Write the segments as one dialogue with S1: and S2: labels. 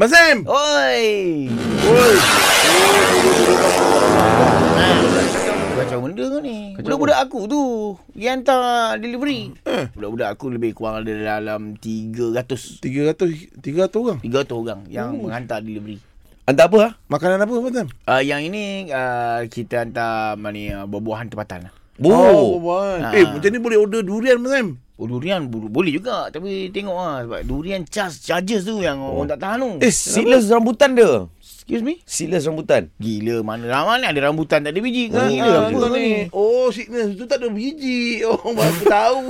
S1: Mazem!
S2: Oi!
S1: Oi!
S2: Kacau benda kau ni. Budak-budak aku tu yang hantar delivery.
S1: Ha.
S2: Budak-budak aku lebih kurang ada dalam 300.
S1: 300 300 orang.
S2: 300 orang yang menghantar delivery.
S3: Hantar apa ah?
S1: Makanan apa Mazem?
S2: Uh, yang ini uh, kita hantar mana ni, uh, buah-buahan tempatan. lah.
S3: Bu. Oh,
S1: buat.
S2: Ah.
S1: Eh, macam ni boleh order durian Mazem?
S2: Oh, durian bu- boleh juga tapi tengok lah sebab durian charge charges tu yang oh. orang tak tahan tu.
S3: eh, seedless rambutan dia.
S2: Excuse me?
S3: Seedless rambutan.
S2: Gila mana ramai ni ada rambutan tak ada biji kan?
S1: Gila
S2: Ah,
S1: apa
S2: bukan
S1: ni? lah, Oh, sickness tu tak ada biji. Oh, aku tahu.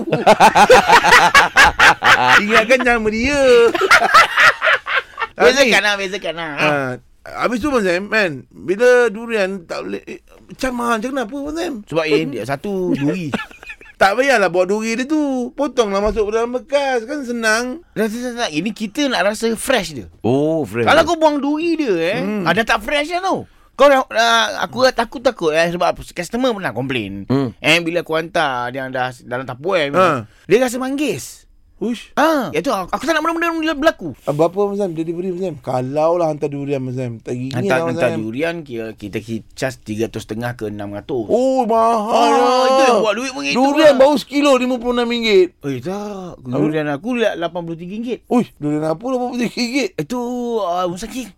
S1: Ingatkan nama dia.
S2: Bezakan lah, bezakan lah.
S1: Ah, habis tu Mazem, man, bila durian tak boleh eh, macam mahal macam kenapa Mazem?
S2: Sebab eh, dia- satu duri.
S1: Tak payahlah buat duri dia tu. Potonglah masuk ke dalam bekas kan senang.
S2: Tak, tak, tak, tak. Ini kita nak rasa fresh dia.
S3: Oh, friend.
S2: Kalau kau buang duri dia eh, hmm. ada tak fresh dah tau. Kau dah, uh, aku dah takut-takut eh sebab apa? customer pernah komplain.
S3: Hmm.
S2: Eh bila aku hantar dia dah dalam tapuan
S1: Ha.
S2: dia rasa manggis.
S1: Hush.
S2: Ha, itu aku, aku tak nak benda-benda berlaku.
S1: Eh, Berapa Mazem delivery Mazem? Kalau lah hantar durian Mazem. Tak gini
S2: Hantar
S1: lah
S2: hantar
S1: Mazem.
S2: durian kira kita kicas 300 setengah ke 600.
S1: Oh, mahal.
S2: Ah,
S1: lah.
S2: itu yang buat duit pun gitu
S1: Durian
S2: lah.
S1: baru sekilo RM56.
S2: Eh tak, durian aku RM83.
S1: Uish, durian apa lah, RM83?
S2: Itu uh, musaki.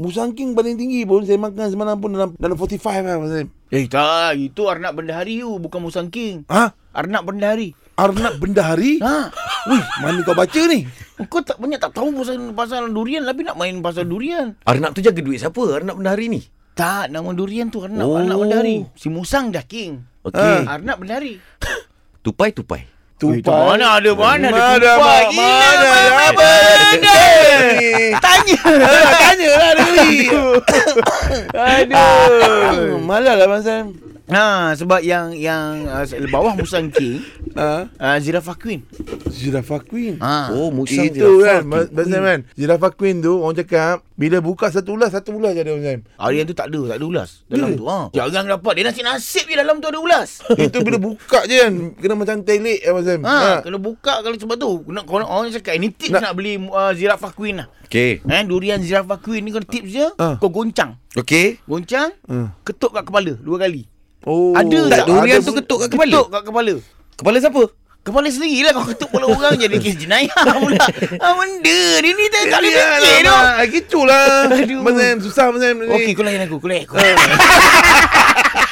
S1: Musang King paling tinggi pun saya makan semalam pun dalam dalam 45 lah Mazim.
S2: Eh tak, itu arnab benda hari tu bukan musang king.
S1: Ha?
S2: Arnab benda hari.
S1: Arnab Bendahari?
S2: Ha.
S1: Wih, mana kau baca ni?
S2: Kau tak banyak tak tahu pasal, pasal durian tapi nak main pasal durian.
S3: Arnab tu jaga duit siapa? Arnab benda hari ni.
S2: Tak, nama durian tu Arnab, oh.
S3: Oh.
S2: Arnab Bendahari. Si Musang dah king.
S3: Okey.
S2: Ha. Arnab Bendahari.
S3: Tupai tupai.
S2: Itu mana ada mana ada
S1: Mana,
S2: tupai.
S1: Mak?
S2: Gila,
S1: Mana
S2: mana
S1: ada?
S2: benda. Tanya.
S1: Tanya lah duri.
S2: Aduh.
S1: Malah lah Mazim.
S2: Ha, sebab yang yang uh, bawah Musang king,
S1: Ha?
S2: uh, Zirafah Queen.
S1: Zirafah Queen.
S2: Ha.
S3: Oh, musang
S1: Itu kan
S3: zirafah.
S1: Ma- Mazim kan Zirafah Queen tu Orang cakap Bila buka satu ulas Satu ulas je ada Mazim
S2: Harian tu tak ada, tak ada ulas dalam tu. Ha. Jarang dapat. Dia nasib-nasib je dalam tu ada ulas.
S1: Itu bila buka je kan Kena macam telik eh, Mazim
S2: Ha, kalau buka kalau sebab tu nak kau orang cakap ini tips nak, nak beli uh, zirafah queen lah.
S3: Okey.
S2: Eh, durian zirafah queen ni kau tips je,
S1: Ah.
S2: kau goncang.
S3: Okey.
S2: Goncang,
S1: Hmm.
S2: ketuk kat kepala dua kali.
S1: Oh.
S2: Ada
S3: tak durian tu ketuk kat kepala?
S2: Ketuk kat kepala.
S3: Kepala siapa?
S2: Kepala sendiri lah kau ketuk kepala orang jadi kes jenayah pula. Ha, benda dia ni tak, tak boleh
S1: Iyalah,
S2: fikir tu.
S1: Mak. Gitu lah
S2: Aduh.
S1: Mazim Susah Mazim ni.
S2: Okey, kau layan aku, kau layan aku.